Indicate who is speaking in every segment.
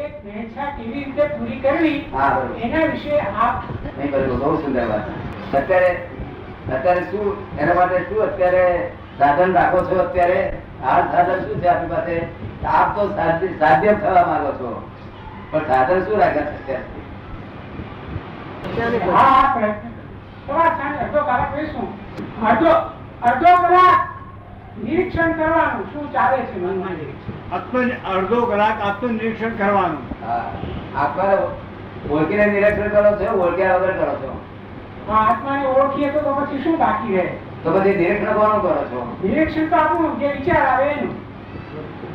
Speaker 1: એક વેંછા કેવી રીતે પૂરી કરવી
Speaker 2: હા, બરોબર.
Speaker 1: એના વિશે આપ
Speaker 2: નહીં બરોબર બહુ સુંદર વાત અત્યારે અત્યારે શું એના માટે શું અત્યારે સાધન રાખો છો અત્યારે આ સાધન શું છે આપણી પાસે આપ તો સાધ્ય સાધ્ય થવા માંગો છો પણ સાધન શું રાખ્યા છે અત્યારે?
Speaker 1: હા આ પ્રયત્ન કરો. સવાર સાંજ અડધો કલાક બેસવું. અડધો અડધો કલાક નિરીક્ષણ કરવાનું શું ચાલે છે મનમાં નિરીક્ષણ
Speaker 3: આત્મ અડધો કલાક આત્મનિરીક્ષણ કરવાનું
Speaker 2: હા આપ પણ ઓળખીને નિરીક્ષણ કરો છો ઓળખ્યા વગર કરો છો
Speaker 1: આ આત્માને ઓળખીએ તો તો પછી શું બાકી રહે
Speaker 2: તો પછી નિરીક્ષણ કોનું કરો છો
Speaker 1: નિરીક્ષણ તો આપણું જે વિચાર આવે એનું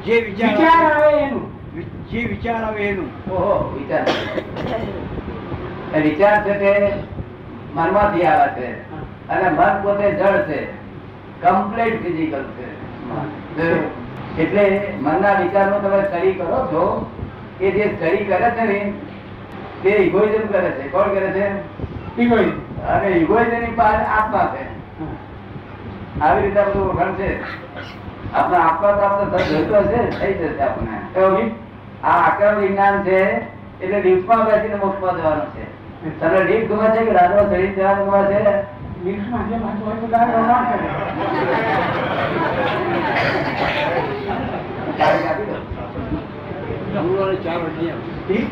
Speaker 3: જે વિચાર
Speaker 1: વિચાર
Speaker 3: આવે-
Speaker 1: આવે એનું
Speaker 3: વિ- જે વિચાર આવે એનું
Speaker 2: ઓહો વિચાર એ વિચાર છે તે મનમાંથી આવે છે અને મન પોતે જળ છે કમ્પ્લીટ ફિઝિકલ છે મન. એટલે મનના વિચારનો તમે સ્ટડી કરો છો કે જે સ્ટડી કરે છે ને તે ઇગોઇઝમ કરે છે કોણ કરે છે
Speaker 1: Egoism.
Speaker 2: અને ઇગોઇઝમની પાર આત્મા છે
Speaker 1: હા.
Speaker 2: આવી રીતે આ બધું ઓળખાણ છે આપણે આત્મા તો આપણે ધ- જોઈતો હશે ને? થઈ જશે આપણને કેવું? આ આક્રમ વિજ્ઞાન છે એટલે ડીપમાં બેસીને મોક્ષમાં જવાનું છે તમને ડીપ ગમે છે કે રાત્રે ચડી જવાનું ગમે છે
Speaker 1: નિરીક્ષણમાં જે વાંધો હોય તો દાખલો ના કરે.
Speaker 2: ચાવી આપી દો.
Speaker 3: ગુરુવારે ચાર વાગે
Speaker 1: ઠીક?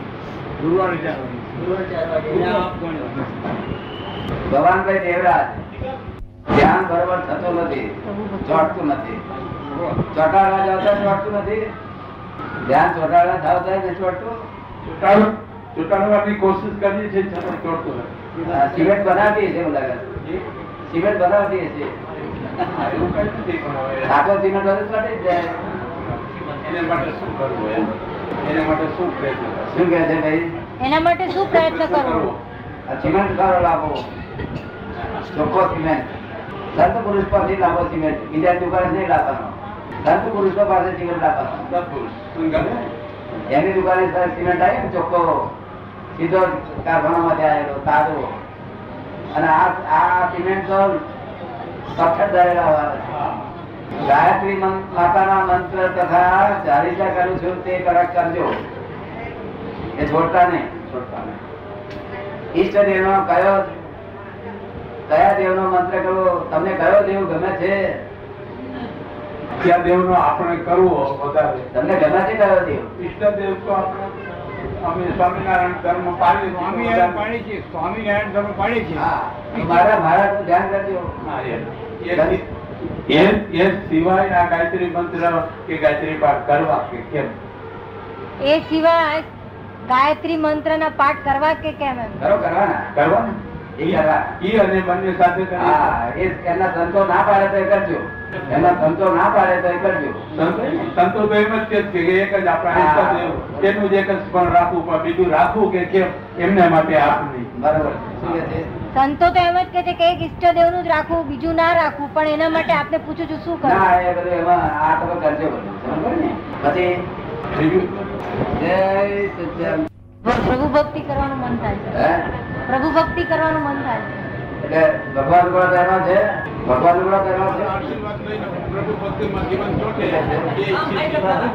Speaker 3: ગુરુવારે ચાર વાગે ત્યાં આપવાનું.
Speaker 2: ભગવાનભાઈ દેવરાજ ધ્યાન બરોબર થતું નથી ચોટતું નથી ચોટાડવા જાવતા ચોટતું નથી ધ્યાન ચોટાડવા જાવ થાય ને ચોટતું
Speaker 4: ચૂંટાડો- ચૂંટાડવાની કોશિશ કરીએ છીએ છતાં ચોટતું નથી.
Speaker 2: આ સિમેન્ટ બનાવતી છે એવું લાગે છે. સિમેન્ટ બનાવતી છે
Speaker 4: એવું કઈ નથી પણ હવે
Speaker 2: સાચો સિમેન્ટ બધું ચોટી જ જાય
Speaker 4: એને માટે શું કરવું એમ? એને માટે શું પ્રયત્ન કરવો?
Speaker 2: શું કહે છે ભાઈ
Speaker 5: એના માટે શું પ્રયત્ન
Speaker 4: શું
Speaker 5: કરવો
Speaker 4: કરવું?
Speaker 2: આ સિમેન્ટ સારો લાવો ચોખ્ખો સિમેન્ટ સંત પુરુષ પરથી લાવો સિમેન્ટ બીજા દુકાને નહીં લાવવાનો સંત પુરુષો પાસે સિમેન્ટ લાવવાનો
Speaker 4: સત્પુરુષ. સંગત.
Speaker 2: એની દુકાને સર સિમેન્ટ આવી ને ચોખ્ખો સીધો કારખાનામાંથી આવેલો તાજો અને આ આ સિમેન્ટ તો સખત ધરેલા વાળા છે. ગાયત્રી મં- માતાના મંત્ર તથા ચાલીસા કરું છું તે કડક કરજો એ છોડતા નહીં છોડતા નહીં ઈષ્ટ દેવનો કયો કયા દેવનો મંત્ર કરવો તમને કયો દેવ ગમે છે
Speaker 4: ત્યાં દેવનો આપણે કરવો વધારે
Speaker 2: તમને ગમે છે કયો દેવ
Speaker 4: ઈષ્ટદેવ તો આપણે અમે સ્વામિનારાયણ ધર્મ પાડીએ છીએ
Speaker 3: સ્વામિનારાયણ
Speaker 4: વધારે.
Speaker 3: પાડી છે સ્વામિનારાયણ ધર્મ પાડી છે
Speaker 2: હા તો મારા મહારાજનું ધ્યાન કરજો
Speaker 4: હા, એમ. એ- એ- એ સિવાય આ ગાયત્રી મંત્ર કે ગાયત્રી પાઠ કરવા કે કેમ
Speaker 5: એ સિવાય ગાયત્રી મંત્રના પાઠ કરવા કે કેમ એમ
Speaker 2: કરો કરવાના
Speaker 4: કરવા ને?
Speaker 2: એ કરવા
Speaker 4: ઈ અને બંને સાથે કરીએ.
Speaker 2: હા, એ એમના સંતો ના પાડે તો એ કરજો એમના સંતો ના પાડે તો એ કરજો
Speaker 4: સંતો તો એમ જ કહે છે કે એક જ આપણા
Speaker 2: હા.
Speaker 4: ઈષ્ટદેવ, તેનું જ એક જ સ્મરણ રાખવું પણ બીજું રાખવું કે કેમ એમના માટે આપ નહીં
Speaker 2: બરોબર શું કહે છે?
Speaker 5: સંતો તો એમ જ કે છે કે એક ઈષ્ટદેવનું જ રાખવું બીજું ના રાખવું પણ એના માટે આપને પૂછું છું શું કરવું
Speaker 2: ના એ બધું એમાં આ તમે કરજો બધું સમજો ને? પછી
Speaker 4: બીજું
Speaker 2: જય સચ્ચિદાનંદ.
Speaker 5: પ્રભુ ભક્તિ કરવાનું મન થાય છે
Speaker 2: હે?
Speaker 5: પ્રભુ ભક્તિ કરવાનું મન થાય છે
Speaker 2: એટલે ભગવાન નું પણ ધર્મ છે ભગવાન નું પણ ધર્મ છે
Speaker 3: પ્રભુ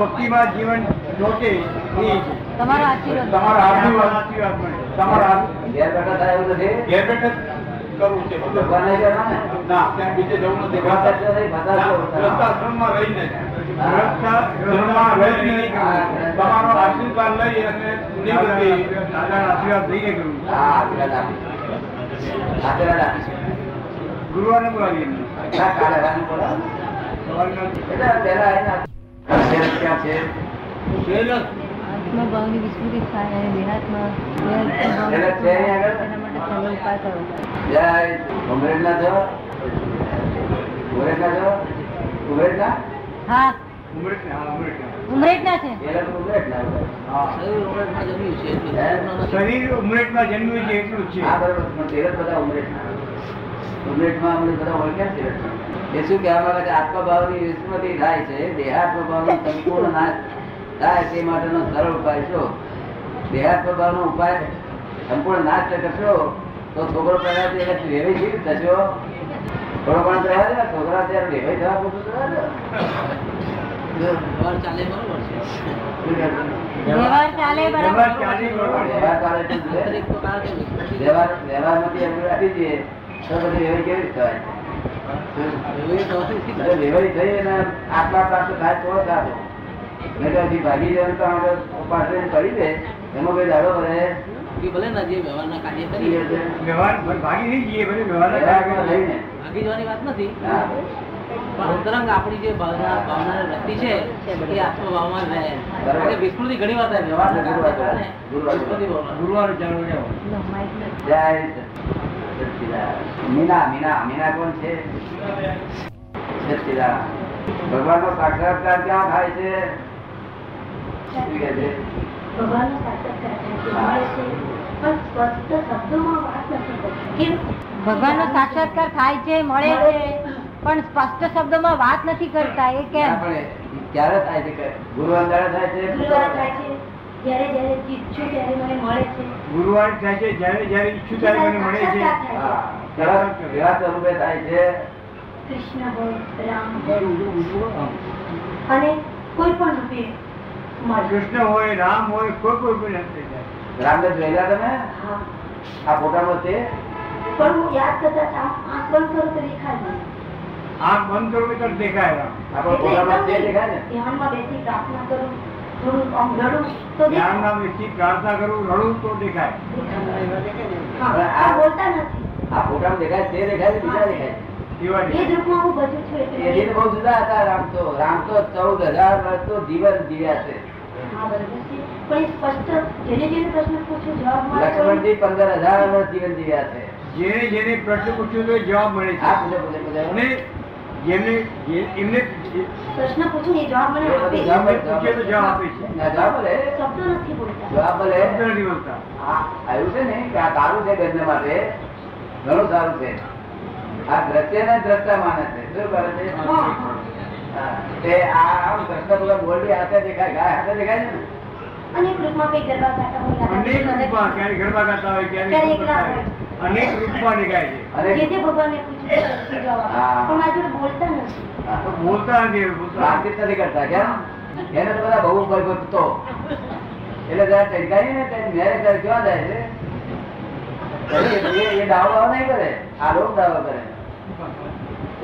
Speaker 3: ભક્તિમાં જીવન જોકે એ છે.
Speaker 5: તમારો આશીર્વાદ
Speaker 4: તમારો આશીર્વાદ
Speaker 3: આશીર્વાદ મળે.
Speaker 4: તમારો આશીર્વાદ.
Speaker 2: ઘેર બેઠા થાય એવું નથી
Speaker 4: ઘેર બેઠા જ કરવું છે બધું.
Speaker 2: ભગવાન નહીં કરવાના ને?
Speaker 4: ના ત્યાં બીજે જવું નથી
Speaker 2: ભગવાન સાચો નહીં, બધા સાચો બધા.
Speaker 4: ગ્રંથાશ્રમમાં રહીને
Speaker 2: હા.
Speaker 4: ગ્રંથાશ્રમમાં રહીને તમારો આશીર્વાદ લઈ અને નિવૃત્તિ
Speaker 3: દાદાના આશીર્વાદ લઈને કરવું.
Speaker 2: હા, આશીર્વાદ આપીશ. આશીર્વાદ આપીશ.
Speaker 3: ગુરુવારે બોલાવીએ એમને.
Speaker 2: ના, કાલે વાલી બોલાવો.
Speaker 3: સવારના
Speaker 2: એટલે પહેલા એના અત્યારે ક્યાં છે
Speaker 3: સહેલા
Speaker 5: આત્મભાવની વિસ્મૃતિ થાય અને દેહાત્મા દેહાત્મા
Speaker 2: એટલે
Speaker 5: ભાવ
Speaker 2: છે આગળ?
Speaker 5: એના માટે તમે ઉપાય કરો
Speaker 2: જય ઉમરેડના છો ઉમરેડના છો ઉમરેડના
Speaker 3: ઉમરેઠને, હા,
Speaker 5: હા
Speaker 3: ઉમરેઠને.
Speaker 5: ઉમરેઠના છે
Speaker 2: પેલા તો ઉમરેડના હે?
Speaker 3: શરીર ઉમરેઠમાં જન્મ્યું છે એટલું જ છે
Speaker 2: હા, બરોબર. પણ પેલા બધા ઉમરેડના. ઉમરેડમાં અમને બધા ઓળખ્યા છે. એ શું કહેવા માંગે છે? આત્મભાવની વિસ્મૃતિ થાય છે દેહાત્મભાવનો સંપૂર્ણ નાશ થાય તે માટેનો સરળ ઉપાય છો દેહાત્મભાવનો ઉપાય સંપૂર્ણ નાશ કરશો તો છોકરો પહેલા તો એને વેવાઈ જીવી થશો થોડો પણ થયા દે છોકરા ત્યારે વેવાઈ થવા પૂરતું થવા દે. જો.
Speaker 6: વ્યવહાર ચાલે બરોબર
Speaker 2: શું કહેવાય?
Speaker 5: વ્યવહાર
Speaker 6: છે
Speaker 5: ચાલે
Speaker 2: વ્યવહાર ચાલે
Speaker 3: વ્યવહાર ચાલી રહ્યો
Speaker 5: ચાલે બરાબર
Speaker 2: છે ને? વ્યવહાર વ્યવહારમાંથી એમનું રાખી દઈએ તો પછી વ્યવહાર કેવી રીતે થાય એટલે વ્યવહારી થઈ અને આટલા પ્રાપ્ત થાય તો જ આપો. નહીં તો હજી ભાગી જવાનું તો આપણે પાસે પડી જાય એમાં કોઈ દાડો રહે
Speaker 6: ભલે ના જે વ્યવહારના કાર્ય
Speaker 2: ઈ
Speaker 6: કરીએ
Speaker 2: હશે.
Speaker 3: વ્યવહાર ભાગી નહીં જઈએ બધે વ્યવહારના
Speaker 2: વ્યવહારમાં
Speaker 3: કારણે.
Speaker 2: રહીને.
Speaker 6: ભાગી જવાની વાત નથી
Speaker 2: હા.
Speaker 6: પણ અંતરંગ આપણી જે ભાવના ભાવનાની વૃત્તિ છે એ આત્મભાવમાં રહે
Speaker 2: બરાબર.
Speaker 6: એટલે વિસ્તૃતિ ઘણી વાર થાય વ્યવહારના
Speaker 2: ગુરુવાર
Speaker 6: કારણે
Speaker 2: ગુરુવાર.
Speaker 6: વિસ્તૃતિ ભાવના.
Speaker 3: ગુરુવાર ચાલુ રહેવું.
Speaker 2: જય સચ્ચિદાનંદ. મીના મીના મીના કોણ છે સચ્ચિદાનંદ. ભગવાનનો સાક્ષાત્કાર ક્યાં થાય છે શું કહે છે?
Speaker 7: ભગવાનનો સાક્ષાત્કાર થાય છે, મળે છે. પણ સ્પષ્ટ શબ્દોમાં વાત નથી થતી. કેમ?
Speaker 5: ભગવાન નો સાક્ષાત્કાર થાય છે મળે છે પણ સ્પષ્ટ શબ્દોમાં વાત નથી કરતા એ
Speaker 2: ના,
Speaker 5: કેમ
Speaker 2: પણ એ ક્યારે થાય છે કે ગુરુવાર દાડે થાય છે
Speaker 7: ગુરુવાર થાય છે, જ્યારે જ્યારે ઈચ્છું ત્યારે મને મળે છે.
Speaker 3: ગુરુવાર થાય છે જ્યારે જ્યારે ઈચ્છું ત્યારે મને મળે છે
Speaker 7: સાક્ષાત્કાર થાય
Speaker 2: હા. કેવા કેવા સ્વરૂપે થાય છે
Speaker 7: છે. કૃષ્ણ હોય, રામ હોય. અને કોઈ પણ રૂપે મળે.
Speaker 3: કૃષ્ણ હોય રામ હોય કોઈ કોઈ પણ હસ્તે થાય.
Speaker 2: રામદાસ જોયેલા તમે
Speaker 7: હા.
Speaker 2: આ ફોટામાં તે
Speaker 7: પણ હું યાદ કરતા આંખ આંખ બંધ કરું તો દેખાય નહીં.
Speaker 3: આંખ બંધ કરો તો દેખાય રામ
Speaker 2: આપણા
Speaker 7: એટલે
Speaker 2: ફોટામાં તે
Speaker 7: એકદમ
Speaker 2: દેખાય ને
Speaker 7: ધ્યાનમાં બેસી પ્રાર્થના કરું થોડું આમ રડું તો
Speaker 3: ધ્યાન
Speaker 7: દેખાય.
Speaker 3: નામ વ્યક્તિ પ્રાર્થના કરું રડું તો દેખાય
Speaker 7: હા, આ બોલતા નથી
Speaker 2: આ ફોટામાં દેખાય તે દેખાય ને બીજા દેખાય
Speaker 3: એવા
Speaker 7: એ જ
Speaker 3: દેખાય.
Speaker 7: રૂપમાં હું બધું છું
Speaker 2: એ
Speaker 7: એટલે
Speaker 2: રીતે બહુ જુદા હતા રામ તો રામ તો ચૌદ હજાર વર્ષ તો જીવન જીવ્યા છે
Speaker 7: હા, બરાબર છે. પણ એ સ્પષ્ટ જેને જેને પ્રશ્ન પૂછું જવાબ મળે તો એ-
Speaker 2: લક્ષ્મણજી પંદર હજાર વર્ષ જીવન જીવ્યા છે
Speaker 3: જેને જેને પ્રશ્ન પૂછ્યો તો એ જવાબ મળે છે
Speaker 2: આ પૂછે પૂછે પૂછે
Speaker 3: અને જેને જે- એમને જે-
Speaker 7: પ્રશ્ન પૂછું એ જવાબ મને
Speaker 2: એ
Speaker 7: આપે
Speaker 2: બધું જવાબ
Speaker 3: એમને
Speaker 7: છે.
Speaker 3: પૂછે તો જવાબ આપે છે
Speaker 2: ના, જવાબ લે
Speaker 7: શબ્દો નથી બોલતા
Speaker 2: જવાબ લે
Speaker 3: શબ્દ નથી બોલતા.
Speaker 2: આ આવ્યું છે ને કે આ સારું છે ગજને માટે ઘણું સારું છે આ દ્રશ્ય ને દ્રષ્ટા માને છે શું કરે છે
Speaker 7: હા, હા.
Speaker 2: હા. તે આ આમ દ્રષ્ટા બધા બોલડી હાથે દેખાય ગાય હાથે દેખાય છે ને
Speaker 7: અનેક રૂપમાં કઈ ગરબા ગાતા હોય,
Speaker 3: અનેક
Speaker 7: રાધા
Speaker 3: રૂપમાં
Speaker 7: કૃષ્ણ
Speaker 3: ક્યારેક ગરબા ગાતા હોય
Speaker 7: ક્યારેક
Speaker 3: ક્યારેક
Speaker 7: એકલા
Speaker 3: ગાતા હોય. અનેક રૂપમાં દેખાય છે
Speaker 2: અને
Speaker 7: જે તે ભગવાનને પૂછું એ પૂછું જવાબ આપે.
Speaker 2: હા.
Speaker 7: પણ મારી જોડે બોલતા નથી
Speaker 2: હા.
Speaker 3: તો બોલતા નથી બોલતા
Speaker 2: વાતચીત નથી કરતા કેમ એને તો બધા બહુ ભય ભટતો એટલે જરા ચડકારી ને ત્યારે મેરેજ ત્યારે કેવા જાય છે એટલે એ- એ દાવો દાવો નહીં કરે આ લોક દાવો કરે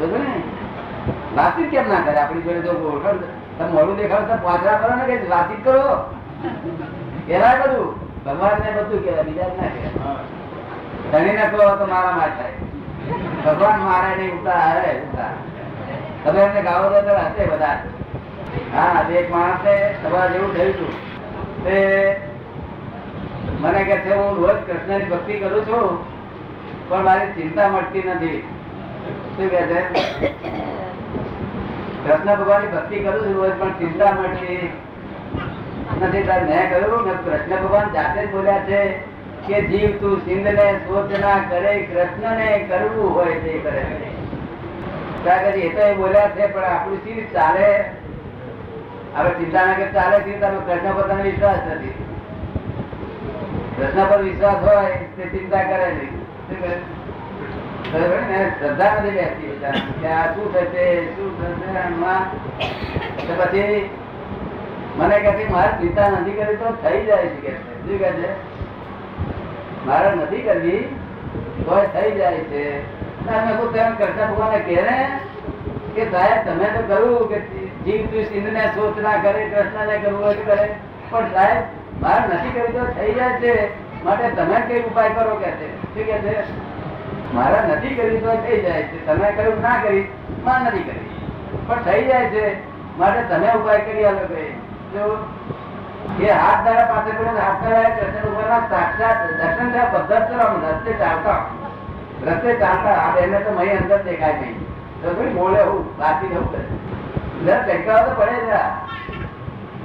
Speaker 2: સમજો ને વાતચીત કેમ ના કરે આપણી જોડે તો ઓળખાણ તમે મોડું દેખાડો તો પાછરા કરો ને કે વાતચીત કરો કેરા બધું ભગવાન ને બધું કહેવાય બીજા જ ના કહેવાય
Speaker 3: હા.
Speaker 2: ધણી ને કહો તો મારા માર થાય ભગવાન મારે નહીં ઉતા હરે ઉતા તમે એમને ગાવો તો તો હશે બધા હા તે એક માણસ ને તમારા જેવું થયું હતું તે મને કહે છે હું રોજ કૃષ્ણની ભક્તિ કરું છું પણ મારી ચિંતા મળતી નથી શું કહે છે કૃષ્ણ ભગવાનની ભક્તિ કરું છું રોજ પણ ચિંતા મળતી નથી તારે મેં કહ્યું ને કૃષ્ણ ભગવાન જાતે જ બોલ્યા છે કે જીવ તું સિંધને શોધ ના કરે કૃષ્ણને કરવું હોય તે કરે ત્યાં કદી એ તો એ બોલ્યા છે પણ આપણું સી રીતે ચાલે હવે ચિંતા ના કરતા ચાલે છે તમે કૃષ્ણ પર તને વિશ્વાસ નથી કૃષ્ણ પર વિશ્વાસ હોય તે ચિંતા કરે નહીં શું કરે? બરાબર ને? એને શ્રદ્ધા નથી બેસતી બધાને કે આ શું થશે શું થશે આમાં તો પછી મને કહે છે મારે ચિંતા નથી કરી તો થઈ જાય છે કે છે. શું કહે છે મારે નથી કરવી તો થઈ જાય છે તમે કહું તેમ કરતા ભગવાને કહે ને કે સાહેબ તમે તો કહ્યું કે જીવ તું સિંધને શોધ ના કરે કૃષ્ણને કરવું હોય તો કરે પણ સાહેબ મારે નથી કરી તો થઈ જાય છે માટે તમે કઈ ઉપાય કરો કે છે શું કે છે મારે નથી કરી તો થઈ જાય છે તમે કર્યું ના કરી મારે નથી કરી પણ થઈ જાય છે માટે તમે ઉપાય કરી આલો કઈ જો એ હાથ ધારા પાસે પડે હાથ ધારા કૃષ્ણ ભગવાનના સાક્ષાત દર્શન થયા બધા જ તરફ રસ્તે ચાલતા રસ્તે ચાલતા આ બેને તો મહી અંદર દેખાય નહીં તો થોડી બોલે હું બાકી જવું કરે જરા ટેકાવા તો પડે જરા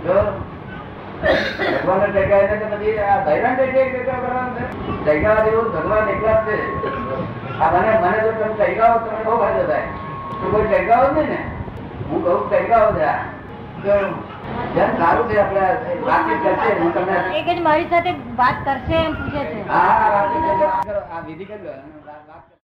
Speaker 2: જો ભગવાનને ટેકાય એટલે કે પછી આ ભૈરાને ટેકે ટેકા કરવાનું છે ટેકાવા જેવું ભગવાન એકલા જ છે આ મને મને જો તમે ટેકાવો તો તમને બહુ ફાયદો થાય તું કોઈ ટેકાવો જ નહીં ને હું કહું ટેકાવો જરા તો જેમ સારું છે આપણે વાતચીત કરશે હું તમને
Speaker 5: એક જ મારી સાથે વાત કરશે એમ પૂછે છે
Speaker 2: હા, હા, હા, વાત કરો. આ વિધિ કરી લો. વાત કરો.